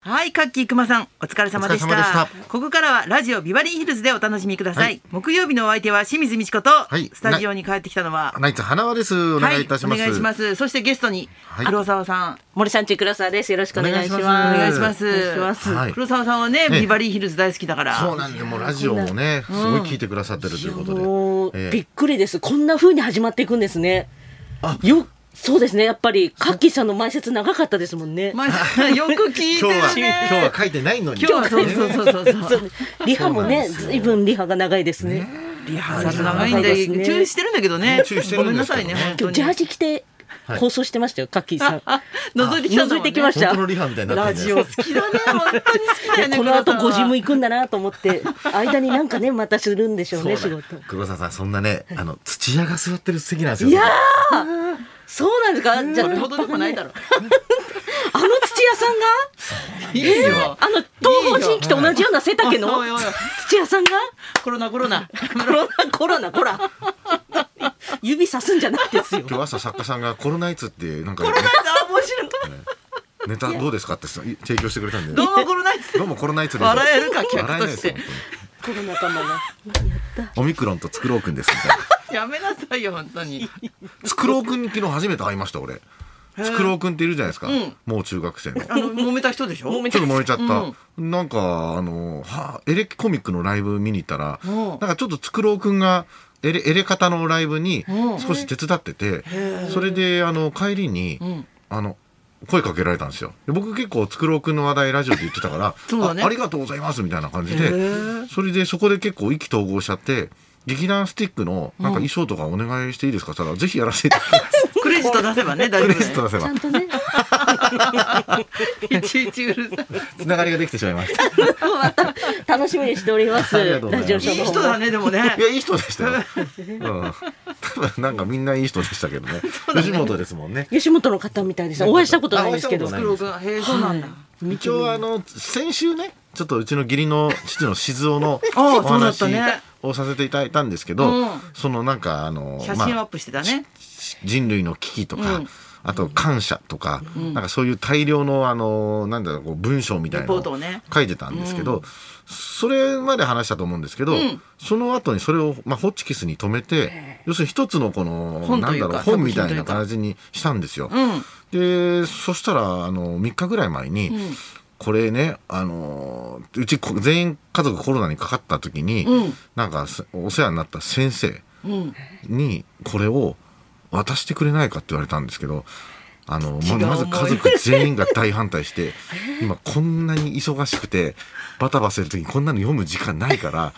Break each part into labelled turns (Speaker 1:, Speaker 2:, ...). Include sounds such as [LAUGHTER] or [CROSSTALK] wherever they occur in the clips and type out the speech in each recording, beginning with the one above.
Speaker 1: はい、カッキーくまさん、お疲れ様でした。
Speaker 2: お疲れ様でし
Speaker 1: ここからはラジオビバリーヒルズでお楽しみください。
Speaker 2: はい
Speaker 1: 木曜日のお相手は清水美智子と、
Speaker 2: い
Speaker 1: スタジオに帰ってきたのは。
Speaker 2: ナイツ花輪です。お願いいたします。
Speaker 1: お願いします。そしてゲストに、
Speaker 2: はい
Speaker 1: 黒沢さん、
Speaker 3: 森さんち黒沢です。よろしくお願いします。
Speaker 2: お願
Speaker 1: お願いします。
Speaker 3: お願いします
Speaker 2: はい
Speaker 1: 黒沢さんはね、
Speaker 2: ええ
Speaker 1: ビバリーヒルズ大好きだから。
Speaker 2: そうなんで、もうラジオもね、すごい聞いてくださってるということで。
Speaker 3: もう、
Speaker 2: ええ
Speaker 3: びっくりです。こんな風に始まっていくんですね。よ、そうですね。やっぱりカッキーさんの前説長かったですもんね。
Speaker 1: まあ、よく聞いてる
Speaker 2: 今日は、
Speaker 1: ね。
Speaker 2: 今日は書いてないのに。
Speaker 1: 今日はそうそうそうそうそう。
Speaker 3: そう [LAUGHS] リハも
Speaker 2: そうな
Speaker 3: ね、
Speaker 2: んですよ
Speaker 3: ずいぶんリハが長いですね。
Speaker 1: リハーサル長いん
Speaker 3: 長いです
Speaker 1: で、
Speaker 3: ね
Speaker 1: 注意してるんだけどね。
Speaker 2: 注意して
Speaker 1: ご
Speaker 2: る
Speaker 1: めん
Speaker 2: ん
Speaker 1: な
Speaker 2: です
Speaker 1: さ
Speaker 2: けど
Speaker 1: い
Speaker 2: ね
Speaker 1: ね、本当
Speaker 3: 今日
Speaker 1: に。
Speaker 3: ジャージ着て
Speaker 2: はい
Speaker 3: 放送してましたよ、カッキーさん。
Speaker 1: あ、覗いてきたんだもんね
Speaker 3: 覗いてきました。
Speaker 2: 本当のリハみたいにな
Speaker 1: ラ
Speaker 2: ってるじ
Speaker 1: ジ
Speaker 2: ゃ
Speaker 1: オ
Speaker 2: な
Speaker 1: 好
Speaker 2: いですか。
Speaker 1: きだね、本当に好きだよね。
Speaker 3: この後
Speaker 1: 黒沢
Speaker 3: 5
Speaker 1: さ
Speaker 3: 時
Speaker 1: んは
Speaker 3: も行くんだなと思って、間になんかね、またするんでしょうね、
Speaker 2: そ
Speaker 3: 仕
Speaker 2: うな
Speaker 3: 事
Speaker 2: ん。黒沢さん、そんなね、あの土屋が座ってる席なんですよ。
Speaker 3: いやーそうなんですかじゃあ、
Speaker 1: それ
Speaker 3: あ
Speaker 1: ほどでもないだ
Speaker 3: [LAUGHS]
Speaker 1: ろう。
Speaker 3: の土屋さんが
Speaker 1: いいよ。
Speaker 3: あの東方神起と同じような背
Speaker 1: [LAUGHS]
Speaker 3: 丈の
Speaker 1: いいよ
Speaker 3: 土屋さんが
Speaker 1: コロナコロナ。
Speaker 3: コロナコロナコラ [LAUGHS] 指さすんじゃないですよ。
Speaker 2: 今日朝作家さんがコロナイツっていうなんか
Speaker 1: あ面白い。
Speaker 2: ネタどうですかって提供してくれたんで
Speaker 1: ど。うもコロナっす
Speaker 2: どうもコロナイツです。
Speaker 1: 笑えるか客
Speaker 2: 笑えないですよ
Speaker 1: とし
Speaker 3: コロナかもな。
Speaker 2: 本当にオミクロンとつくろうくんですみたいな。
Speaker 1: やめなさいよ本当に。
Speaker 2: つくろうくんに昨日初めて会いました俺。つくろうくんっているじゃないですか。もう中学生の。
Speaker 1: [LAUGHS] あの揉めた人でしょ。揉
Speaker 2: ちょっと燃えちゃった、なんかあのはエレキコミックのライブ見に行ったら、
Speaker 1: ん
Speaker 2: なんかちょっとつくろうくんがエレエレ方のライブに
Speaker 1: うん
Speaker 2: 少し手伝ってて、それであの帰りに、
Speaker 1: ん
Speaker 2: あの声かけられたんですよで僕結構つくろうくんの話題ラジオで言ってたから
Speaker 1: そうだね
Speaker 2: あありがとうございますみたいな感じで、
Speaker 1: へー
Speaker 2: それでそこで結構意気投合しちゃって劇団スティックのなんか衣装とかお願いしていいですかって言ったらぜひやらせてい
Speaker 1: [LAUGHS]
Speaker 2: ただきます
Speaker 1: クレジット出せばね大
Speaker 2: ク
Speaker 1: 丈
Speaker 2: レジッ
Speaker 1: 夫ね。
Speaker 2: ト出せ
Speaker 3: ちゃ
Speaker 2: ば
Speaker 3: んとね。
Speaker 1: いちいちうるさい。
Speaker 2: つながりができてしまいました
Speaker 3: また楽しみにしております。
Speaker 2: ありがとうござい
Speaker 3: ラ
Speaker 2: ます
Speaker 3: ジオシ
Speaker 1: い
Speaker 3: ョー
Speaker 1: い
Speaker 3: の
Speaker 1: 人
Speaker 3: 方
Speaker 1: だ
Speaker 3: も。
Speaker 1: ねでもね
Speaker 2: い。や、いい人でしたよ。うん。多分、なんかみんないい人でしたけどね。吉本ですもんね。
Speaker 3: 吉本の方みたいです。お会いしたことないですけど。
Speaker 2: あお会いしたことない
Speaker 1: 黒くんへえそうなんだ。
Speaker 2: 一応、あの、先週ね、ちょっとうちの義理の父の静雄の
Speaker 1: ああそ
Speaker 2: お
Speaker 1: うだっ
Speaker 2: 話
Speaker 1: たね
Speaker 2: をさせていただいたんですけ
Speaker 1: うん
Speaker 2: ど、そのなんか、あの、
Speaker 1: 写
Speaker 2: まあ
Speaker 1: 真をアップしてたね。
Speaker 2: 人類の危機とか、
Speaker 1: うん
Speaker 2: あと感謝とか、なんかそういう大量のあのなんだろうこう文章みたいなの
Speaker 1: リポートをね
Speaker 2: 書いてたんですけど、それまで話したと思うんですけど、その後にそれをまあホッチキスに止めて、要するに一つのこの
Speaker 1: 本と
Speaker 2: ないん
Speaker 1: うか
Speaker 2: だろう
Speaker 1: 作品
Speaker 2: 本みたい
Speaker 1: とい
Speaker 2: な
Speaker 1: うか
Speaker 2: 感じにしたんですよ。
Speaker 1: うん。
Speaker 2: でそしたらあの3日ぐらい前に、これねあのうちこ全員家族コロナにかかった時に、
Speaker 1: うん
Speaker 2: なんかすお世話になった先生
Speaker 1: うん。
Speaker 2: にこれを渡してくれないかって言われたんですけどあの
Speaker 1: 違う
Speaker 2: ままず
Speaker 1: 思い
Speaker 2: 家族全員が大反対して
Speaker 1: [LAUGHS]
Speaker 2: 今こんなに忙しくてバタバタする時にこんなの読む時間ないから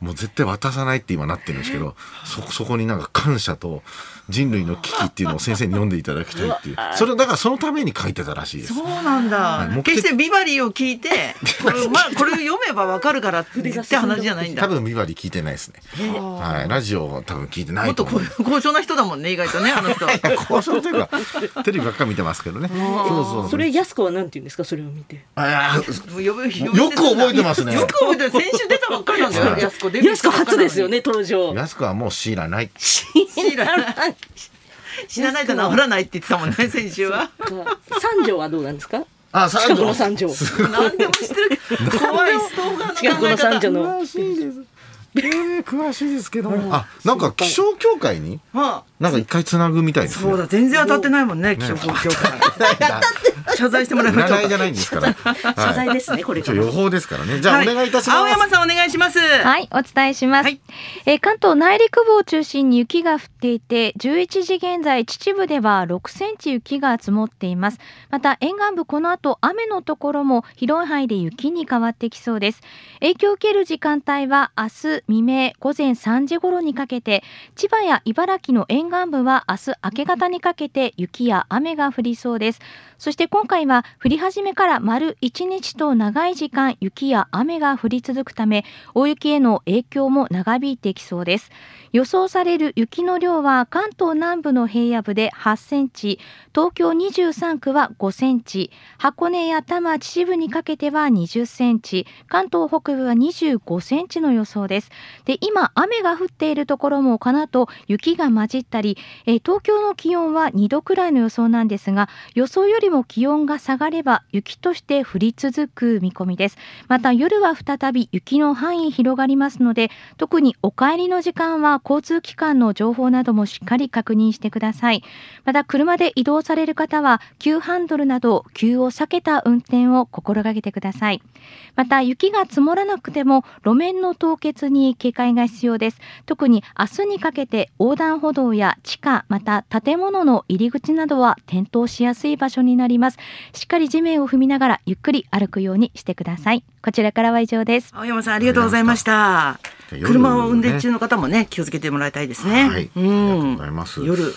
Speaker 2: もう絶対渡さないって今なってるんですけどそそこになんか感謝と人類の危機っていうのを先生に読んでいただきたいっ
Speaker 1: [LAUGHS]
Speaker 2: ていうそれだからそのために書いてたらしいです
Speaker 1: そう。なんだ
Speaker 2: い目。的
Speaker 1: 決してビバリーを聞
Speaker 2: [LAUGHS]
Speaker 1: いて、これまあこれ読めばわかるからって話じゃないん
Speaker 2: 多
Speaker 1: だ。
Speaker 2: 分ビバリー聞いてないですね。はい、ラジオは多分聞いてな
Speaker 1: もっ
Speaker 2: いと
Speaker 1: と
Speaker 2: 思う
Speaker 1: こ。う高尚な人だもんね意外とねあの人。
Speaker 2: [LAUGHS] 交渉というかテレビばっか見てますけどね。そうそう
Speaker 3: それ安子はなんて言うんですかそれを見て。
Speaker 2: あー
Speaker 1: もう呼ぶ呼び捨て
Speaker 2: よく覚えてますね
Speaker 1: よく覚えてる先週出たばっかりなんだよ
Speaker 2: はい
Speaker 1: 安子デビュー
Speaker 3: 安
Speaker 1: した
Speaker 3: 子
Speaker 1: ばっか
Speaker 3: 初
Speaker 1: りなのに
Speaker 3: ですよね登場。
Speaker 2: 安くはもう知らない。
Speaker 3: 知 [LAUGHS] らない。
Speaker 1: 死なないと治らないって言ってたもんね先週 [LAUGHS] は
Speaker 3: 三条はどうなんですか？
Speaker 2: あ、
Speaker 3: 近くの三条。
Speaker 1: 何でも知って [LAUGHS] るけど怖いストーカー
Speaker 3: 近
Speaker 1: の考
Speaker 3: く
Speaker 1: え
Speaker 3: の三
Speaker 1: 方
Speaker 3: 条の。
Speaker 2: 詳しいです。えー、詳しいですけども。あ、なんか気象協会に、
Speaker 1: まあ
Speaker 2: なんか一回つなぐみたいですね。
Speaker 1: そうだ全然当たってないもんね気象協会謝罪してもらいましょ
Speaker 2: [LAUGHS] 占
Speaker 1: う
Speaker 2: いじ
Speaker 1: か
Speaker 2: ゃないんですから。
Speaker 1: [LAUGHS]
Speaker 3: 謝
Speaker 2: は
Speaker 3: 罪
Speaker 2: い。
Speaker 3: ですねこれ
Speaker 2: 一
Speaker 3: か
Speaker 2: 応
Speaker 3: ら。
Speaker 2: 予報ですからね。じゃあお願いいたします。
Speaker 1: は青山さんお願いします
Speaker 4: はい、お伝えします。
Speaker 1: はい
Speaker 4: えー関東内陸部を中心に雪が降っていて、11時現在秩父では6センチ雪が積もっています。また沿岸部この後雨のところも広い範囲で雪に変わってきそうです。影響を受ける時間帯は明日未明午前3時頃にかけて、千葉や茨城の沿岸部は明日明け方にかけて雪や雨が降りそうです。そして今回は降り始めから丸1日と長い時間雪や雨が降り続くため、大雪への影響も長引いてきそうです予想される雪の量は関東南部の平野部で8センチ東京23区は5センチ箱根や多摩秩父にかけては20センチ関東北部は25センチの予想ですで今雨が降っているところもこの後雪が混じったり、えー東京の気温は2度くらいの予想なんですが予想よりも気温気温が下がれば雪として降り続く見込みですまた夜は再び雪の範囲広がりますので特にお帰りの時間は交通機関の情報などもしっかり確認してくださいまた車で移動される方は急ハンドルなど急を避けた運転を心がけてくださいまた雪が積もらなくても路面の凍結に警戒が必要です特に明日にかけて横断歩道や地下また建物の入り口などは転倒しやすい場所になりますしっかり地面を踏みながらゆっくり歩くようにしてくださいこちらからは以上です
Speaker 1: 青山さんありがとうございました。
Speaker 2: りがとうございました
Speaker 1: 車を運転中の方もね気をつけてもらいたいですね。
Speaker 2: はい、ありがとうございます。
Speaker 1: うん夜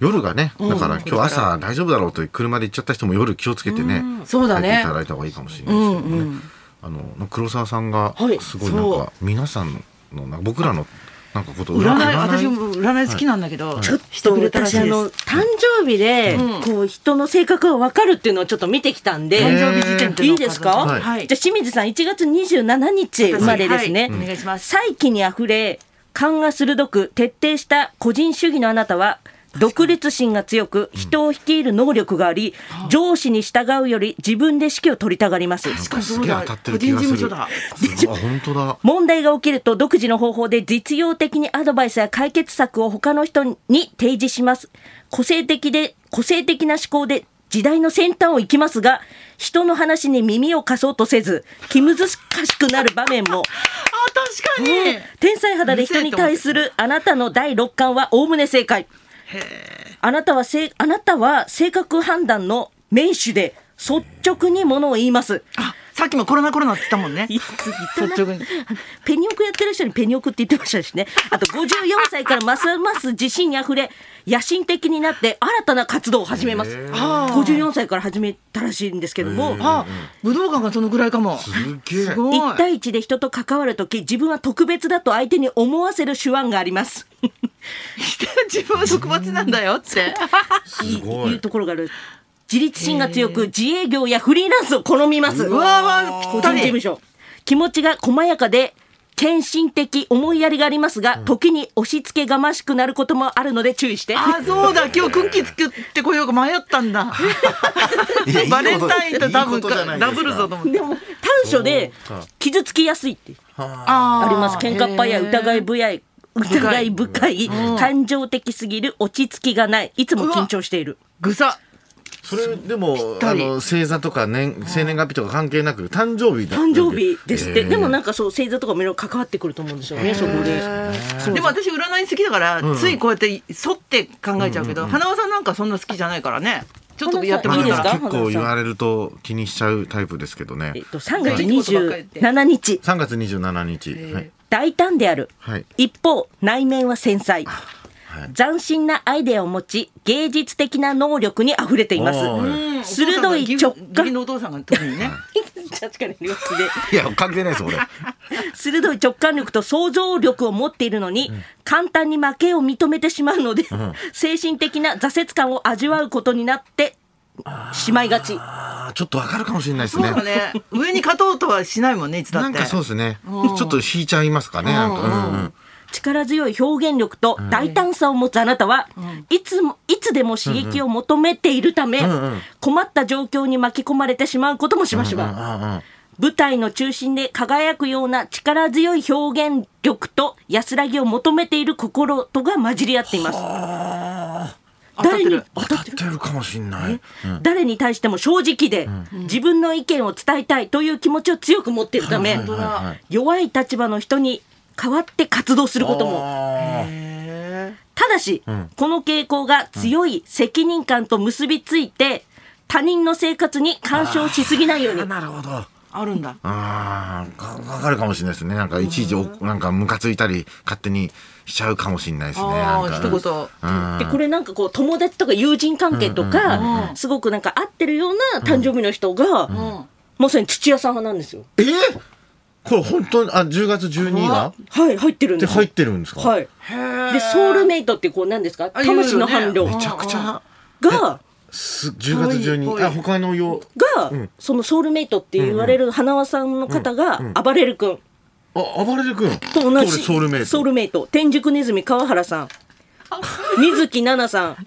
Speaker 2: 夜がね、だから
Speaker 1: うん
Speaker 2: 今日朝大丈夫だろうと車で行っちゃった人も夜気をつけてね、
Speaker 1: うんそうだね
Speaker 2: 帰っていただいた方がいいかもしれないですけどね。
Speaker 1: うんうん
Speaker 2: あの黒沢さんが
Speaker 1: はい
Speaker 2: すごいなんか、
Speaker 1: そ
Speaker 2: 皆さんのなんか僕らのなんかことを
Speaker 1: 占い
Speaker 2: 占
Speaker 1: 私も占い好きなんだけど、
Speaker 3: ちょっ
Speaker 1: して
Speaker 3: と
Speaker 1: くれたらしい
Speaker 3: 私あ
Speaker 1: です
Speaker 3: の誕生日で、
Speaker 1: うん
Speaker 3: こう人の性格がわかるっていうのをちょっと見てきたんで、
Speaker 2: へ
Speaker 1: 誕
Speaker 2: ー
Speaker 1: 生日時点っていうのを
Speaker 3: いいですか、
Speaker 2: はい
Speaker 1: はい
Speaker 3: じゃあ清水さん1月27日生まれです
Speaker 1: は
Speaker 3: ね、
Speaker 1: いお願いします。
Speaker 3: 再起にあふれ勘が鋭く徹底した個人主義のあなたは独立心が強く人を率いる能力があり、上司に従うより自分で指揮を取りたがります
Speaker 2: なん
Speaker 1: か
Speaker 2: か
Speaker 1: にそう
Speaker 2: すげえ
Speaker 1: だ
Speaker 2: 当たってる気がする。
Speaker 1: 個人事務所だ
Speaker 2: すごいあ本当だ。
Speaker 3: 問題が起きると独自の方法で実用的にアドバイスや解決策を他の人に提示します。個性的で、個性的な思考で時代の先端を行きますが、人の話に耳を貸そうとせず、気難しくなる場面も、
Speaker 1: あ確かに。
Speaker 3: 天才肌で人に対するあなたの第六感はおおむね正解。あなたはせい、あなたは性格判断の名手で、率直にものを言います。
Speaker 1: あさっきもコロナコロナって言ったもんね。
Speaker 3: いつ言ったな
Speaker 1: 率直に
Speaker 3: ペニオクやってる人にペニオクって言ってましたしね。あと54歳からますます自信にあふれ、野心的になって新たな活動を始めます。
Speaker 2: へー
Speaker 1: あー
Speaker 3: 54歳から始めたらしいんですけども、
Speaker 1: あ武道館がそのぐらいかも。
Speaker 2: す
Speaker 1: す
Speaker 2: げえ。
Speaker 1: ごい。
Speaker 3: 1対1で人と関わるとき、自分は特別だと相手に思わせる手腕があります。
Speaker 1: [LAUGHS] 自分は特別なんだよって。
Speaker 2: すご
Speaker 3: いう
Speaker 2: い。
Speaker 3: ところがある。自立心が強く、自営業やフリーランスを好みます。
Speaker 1: うわわぴ
Speaker 3: 個
Speaker 1: った
Speaker 3: 人事務
Speaker 1: り。
Speaker 3: 所気持ちが細やかで献身的思いやりがありますが、時に押し付けがましくなることもあるので注意して
Speaker 1: あそうだ今日クンキ作ってこようか迷ったんだ。
Speaker 2: いやいいこ
Speaker 1: バ
Speaker 2: と
Speaker 1: レンタインと多
Speaker 2: いい
Speaker 1: 分
Speaker 2: ことじゃないで
Speaker 1: ダ
Speaker 2: すか
Speaker 1: ブルぞと思って。
Speaker 3: でも短所で
Speaker 2: そうか
Speaker 3: 傷つきやすいって
Speaker 2: はあ
Speaker 1: あ
Speaker 3: あ
Speaker 1: ー
Speaker 3: ります喧嘩っ早い疑い深い疑い深い感情的すぎる落ち着きがないいつも緊張している
Speaker 1: ぐさ。
Speaker 2: それでも
Speaker 1: た
Speaker 2: あ
Speaker 1: り
Speaker 2: の星座とか年生年月日とか関係なく誕生日だ。
Speaker 3: 誕生日ですっ
Speaker 2: え
Speaker 3: て、
Speaker 2: ー
Speaker 3: でもなんかそう星座とかもいろいろ関わってくると思うんですよねそこで
Speaker 1: でも私占い好きだからついこうやって沿って考えちゃうけど花輪さんなんかそんな好きじゃないからねちょっとやっても
Speaker 2: まあ
Speaker 1: ら
Speaker 3: いい
Speaker 1: っ
Speaker 3: で
Speaker 1: た
Speaker 3: す
Speaker 1: ら
Speaker 3: か
Speaker 2: 結構言われると気にしちゃうタイプですけどね
Speaker 3: えっ。と3月27日
Speaker 2: 3月27日。はい。
Speaker 3: 大胆である、
Speaker 2: はい
Speaker 3: 一方内面は繊細、
Speaker 2: はい
Speaker 3: 斬新なアイデアを持ち芸術的な能力にあふれています
Speaker 2: おー
Speaker 1: うん
Speaker 3: 鋭い直
Speaker 1: お父さんが義義理
Speaker 3: 感
Speaker 1: のお父さんが特にね
Speaker 3: [LAUGHS] 確かに両手で
Speaker 2: いや関係ない
Speaker 1: [LAUGHS]
Speaker 2: です俺。
Speaker 3: 鋭い直感力と想像力を持っているのに、簡単に負けを認めてしまうので、精神的な挫折感を味わうことになってしまいがち
Speaker 2: ああちょっとわかるかもしれないです
Speaker 1: そう
Speaker 2: ね。
Speaker 1: だね上に勝とうとはしないもんねいつだって
Speaker 2: なんかそうですね。ちょっと引いちゃいますかね。なんかうんうん
Speaker 3: 力強い表現力と大胆さを持つあなたは、いつもいつでも刺激を求めているため、困った状況に巻き込まれてしまうこともしばしば、
Speaker 2: ああ
Speaker 3: 舞台の中心で輝くような力強い表現力と安らぎを求めている心とが混じり合っています。
Speaker 1: 当たってる
Speaker 3: 誰に
Speaker 2: 当たってるかもしれない。うん
Speaker 3: 誰に対しても正直で、自分の意見を伝えたいという気持ちを強く持っているため、
Speaker 1: 本当だ
Speaker 2: はいはい
Speaker 3: 弱い立場の人に代わって活動することも
Speaker 2: あー
Speaker 1: へ
Speaker 3: ただし、この傾向が強い責任感と結びついて、他人の生活に干渉しすぎないように。
Speaker 2: なるほど。
Speaker 1: ーあるんだ
Speaker 2: ああ、かわかるかもしれないですね。なんかいちいちお、なんかムカついたり、勝手にしちゃうかもしれないですね。
Speaker 1: あ
Speaker 2: な
Speaker 1: ー
Speaker 2: んか
Speaker 1: 一言
Speaker 2: うん
Speaker 3: でこれなんかこう友達とか友人関係とか、すごくなんか合ってるような誕生日の人が、まさに土屋さん派なんですよ。
Speaker 2: えーこれ本当に、あ、10月12日が
Speaker 3: はい入ってるん
Speaker 2: っ
Speaker 3: で
Speaker 2: て
Speaker 3: すよ
Speaker 2: 入ってるんですか
Speaker 3: はい。
Speaker 1: へー
Speaker 3: でソウルメイトってこうなんですか
Speaker 1: あ言うよね
Speaker 3: 魂の伴侶
Speaker 2: めちゃくちゃ、
Speaker 3: が。
Speaker 2: す10月12
Speaker 1: ぽいぽ
Speaker 2: 日。
Speaker 1: い
Speaker 2: あ、他の用。
Speaker 3: が、そのソウルメイトって言われる花輪さんの方が、暴れる君
Speaker 2: あ、暴れる君。
Speaker 3: と同じ
Speaker 2: と俺ソウルメイト。
Speaker 3: 天竺ネズミ川
Speaker 2: [LAUGHS]
Speaker 3: 原さん水木奈々さん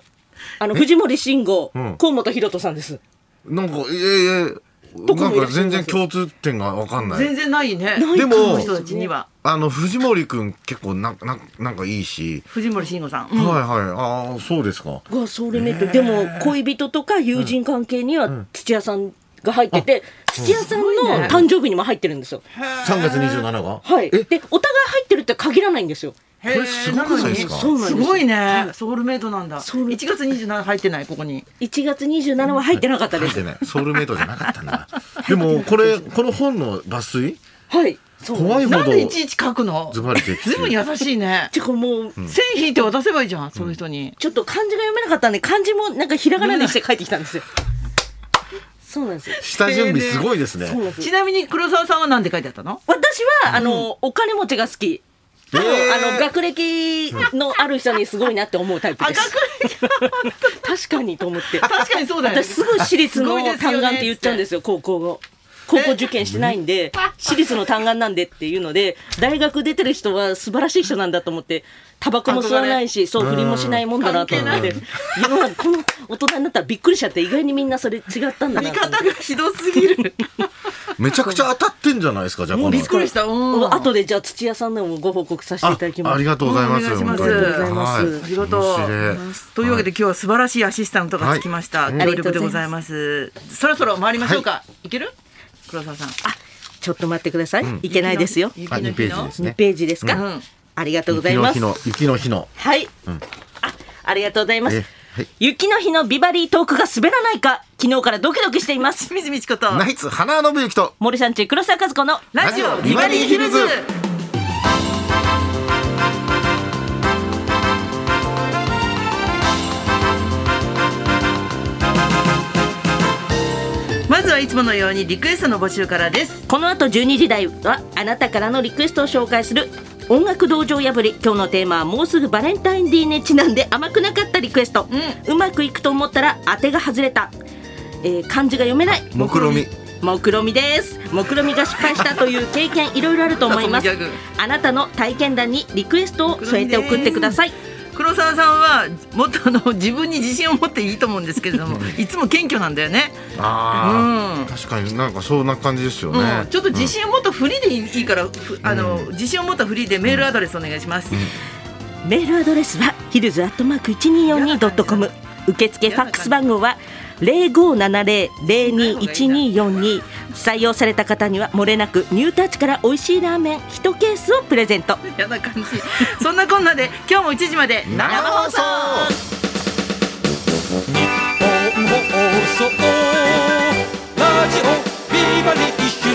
Speaker 3: あの藤森慎吾、
Speaker 2: ん
Speaker 3: 河本大翔さんです
Speaker 2: なんかいやいや
Speaker 3: どこ
Speaker 2: なん
Speaker 3: もいら
Speaker 2: か
Speaker 3: っしゃい
Speaker 2: 全
Speaker 3: ますよ
Speaker 2: 然共通点が分かんない
Speaker 1: 全然ないね
Speaker 3: ない
Speaker 2: でも
Speaker 1: この人たちには
Speaker 2: あの藤森くん結構なんなんなんかいいし、
Speaker 1: 藤森慎吾さん、うん
Speaker 2: はいはいああそうですか
Speaker 3: がソウルメイト、でも恋人とか友人関係には土屋さんが入ってて、土屋さんの
Speaker 1: すごいね
Speaker 3: 誕生日にも入ってるんですよ。
Speaker 2: 3月27が
Speaker 3: はい。で
Speaker 2: え、
Speaker 3: お互い入ってるって限らないんですよ。
Speaker 1: へー
Speaker 2: これすごくないですか
Speaker 1: なのに
Speaker 3: そうなんです
Speaker 1: す
Speaker 3: よ
Speaker 1: ごいねソウルメイトなんだ
Speaker 3: ソウル
Speaker 1: 1月27入ってないここに
Speaker 3: 1月27は入ってなかったで
Speaker 2: 入っ
Speaker 3: す。
Speaker 2: てないソウルメイトじゃなかったんだでもこれこの本の抜粋
Speaker 3: はい。そう。
Speaker 2: 怖いほ
Speaker 1: な
Speaker 2: ど
Speaker 1: んでいちいち書くの
Speaker 2: ズバリ的
Speaker 1: ずいぶん優しいね
Speaker 3: てかもう、
Speaker 1: 線引いて渡せばいいじゃんその人に
Speaker 3: ちょっと漢字が読めなかったんで、漢字もなんかひらがなにして書いてきたんですよ。そうなんですよ。
Speaker 2: 下準備すごいですね
Speaker 3: そうなんです
Speaker 1: ち
Speaker 3: よ。
Speaker 1: なみに黒沢さんは何て書いてあったの
Speaker 3: 私は、あの、お金持ちが好き。
Speaker 2: えー
Speaker 3: あの学歴のある人にすごいなって思うタイプです。確かにと思って。
Speaker 1: 確かにそうだよね
Speaker 3: 私すぐ私立の
Speaker 1: すごいですよね
Speaker 3: 単眼って言っちゃうんですよ高校を高校受験してないんで私立の単眼なんでっていうので大学出てる人は素晴らしい人なんだと思ってタバコも吸わないしそう不倫もしないもんだなと思って世の中この大人になったらびっくりしちゃって意外にみんなそれ違ったんだ
Speaker 1: 見
Speaker 3: なと
Speaker 1: 方
Speaker 3: 思
Speaker 1: が
Speaker 3: っ
Speaker 1: ひどすぎる
Speaker 2: めちゃくちゃ当たってんじゃないですかじゃあこの
Speaker 1: びっくりしたうん
Speaker 3: て後でじゃあ土屋さんのもご報告させていただき
Speaker 2: ああ
Speaker 3: ま
Speaker 2: り
Speaker 3: す
Speaker 2: がとうございます。
Speaker 1: お願いします
Speaker 2: 本当に
Speaker 1: ありがとう
Speaker 3: ございます
Speaker 2: は
Speaker 1: ありがとう
Speaker 2: 面白い
Speaker 1: というわけで今日は素晴らしいアシスタントがつきました、
Speaker 2: はい
Speaker 1: 協力でございますそろそろ回りましょうか、い、ける黒沢さんあ
Speaker 3: ちょっと待ってくださいいけないですよ
Speaker 1: 雪
Speaker 2: あ
Speaker 1: の
Speaker 2: 二
Speaker 1: 日
Speaker 2: ペ
Speaker 1: の
Speaker 2: ージです
Speaker 3: 2
Speaker 2: ね。
Speaker 3: ページです
Speaker 1: う
Speaker 3: か
Speaker 1: ん
Speaker 3: ありがとうございます
Speaker 2: 雪の日の雪の日の
Speaker 3: はい。あ、ありがとうございます
Speaker 2: えはい。
Speaker 3: 雪の日のビバリートークが滑らないか、昨日からドキドキしています。
Speaker 1: 清水美智子と
Speaker 2: ナイツ花信之と
Speaker 3: 森さんち黒沢和子の
Speaker 1: ラジオビバリーヒルズまずはいつものようにリクエストの募集からです
Speaker 3: この後12時台はあなたからのリクエストを紹介する音楽道場破り今日のテーマはもうすぐバレンタインデーにちなんで甘くなかったリクエスト、うまくいくと思ったら当てが外れた、えー漢字が読めない
Speaker 2: 目論見
Speaker 3: 目論見です目論見が失敗したという経験いろいろあると思います
Speaker 1: [LAUGHS] そのギャグ
Speaker 3: あなたの体験談にリクエストを添えて送ってください
Speaker 1: 黒沢さんはもっとあの自分に自信を持っていいと思うんですけれどもいつも謙虚なんだよね、
Speaker 2: ああ、
Speaker 1: うん
Speaker 2: 確かになんかそんな感じですよね。
Speaker 1: うん、ちょっと自信を持ったフリでいいいいからふあの、自信を持ったフリでメールアドレスお願いします、
Speaker 3: メールアドレスはヒルズアットマーク一二四二ドットコム。受付ファックス番号は零五七零零二一二四二。採用された方にはもれなくニュータッチから美味しいラーメン一ケースをプレゼント。
Speaker 1: 嫌な感じそんなこんなで今日も1時まで生放送
Speaker 5: 日本放送ラジオビバリーヒルズ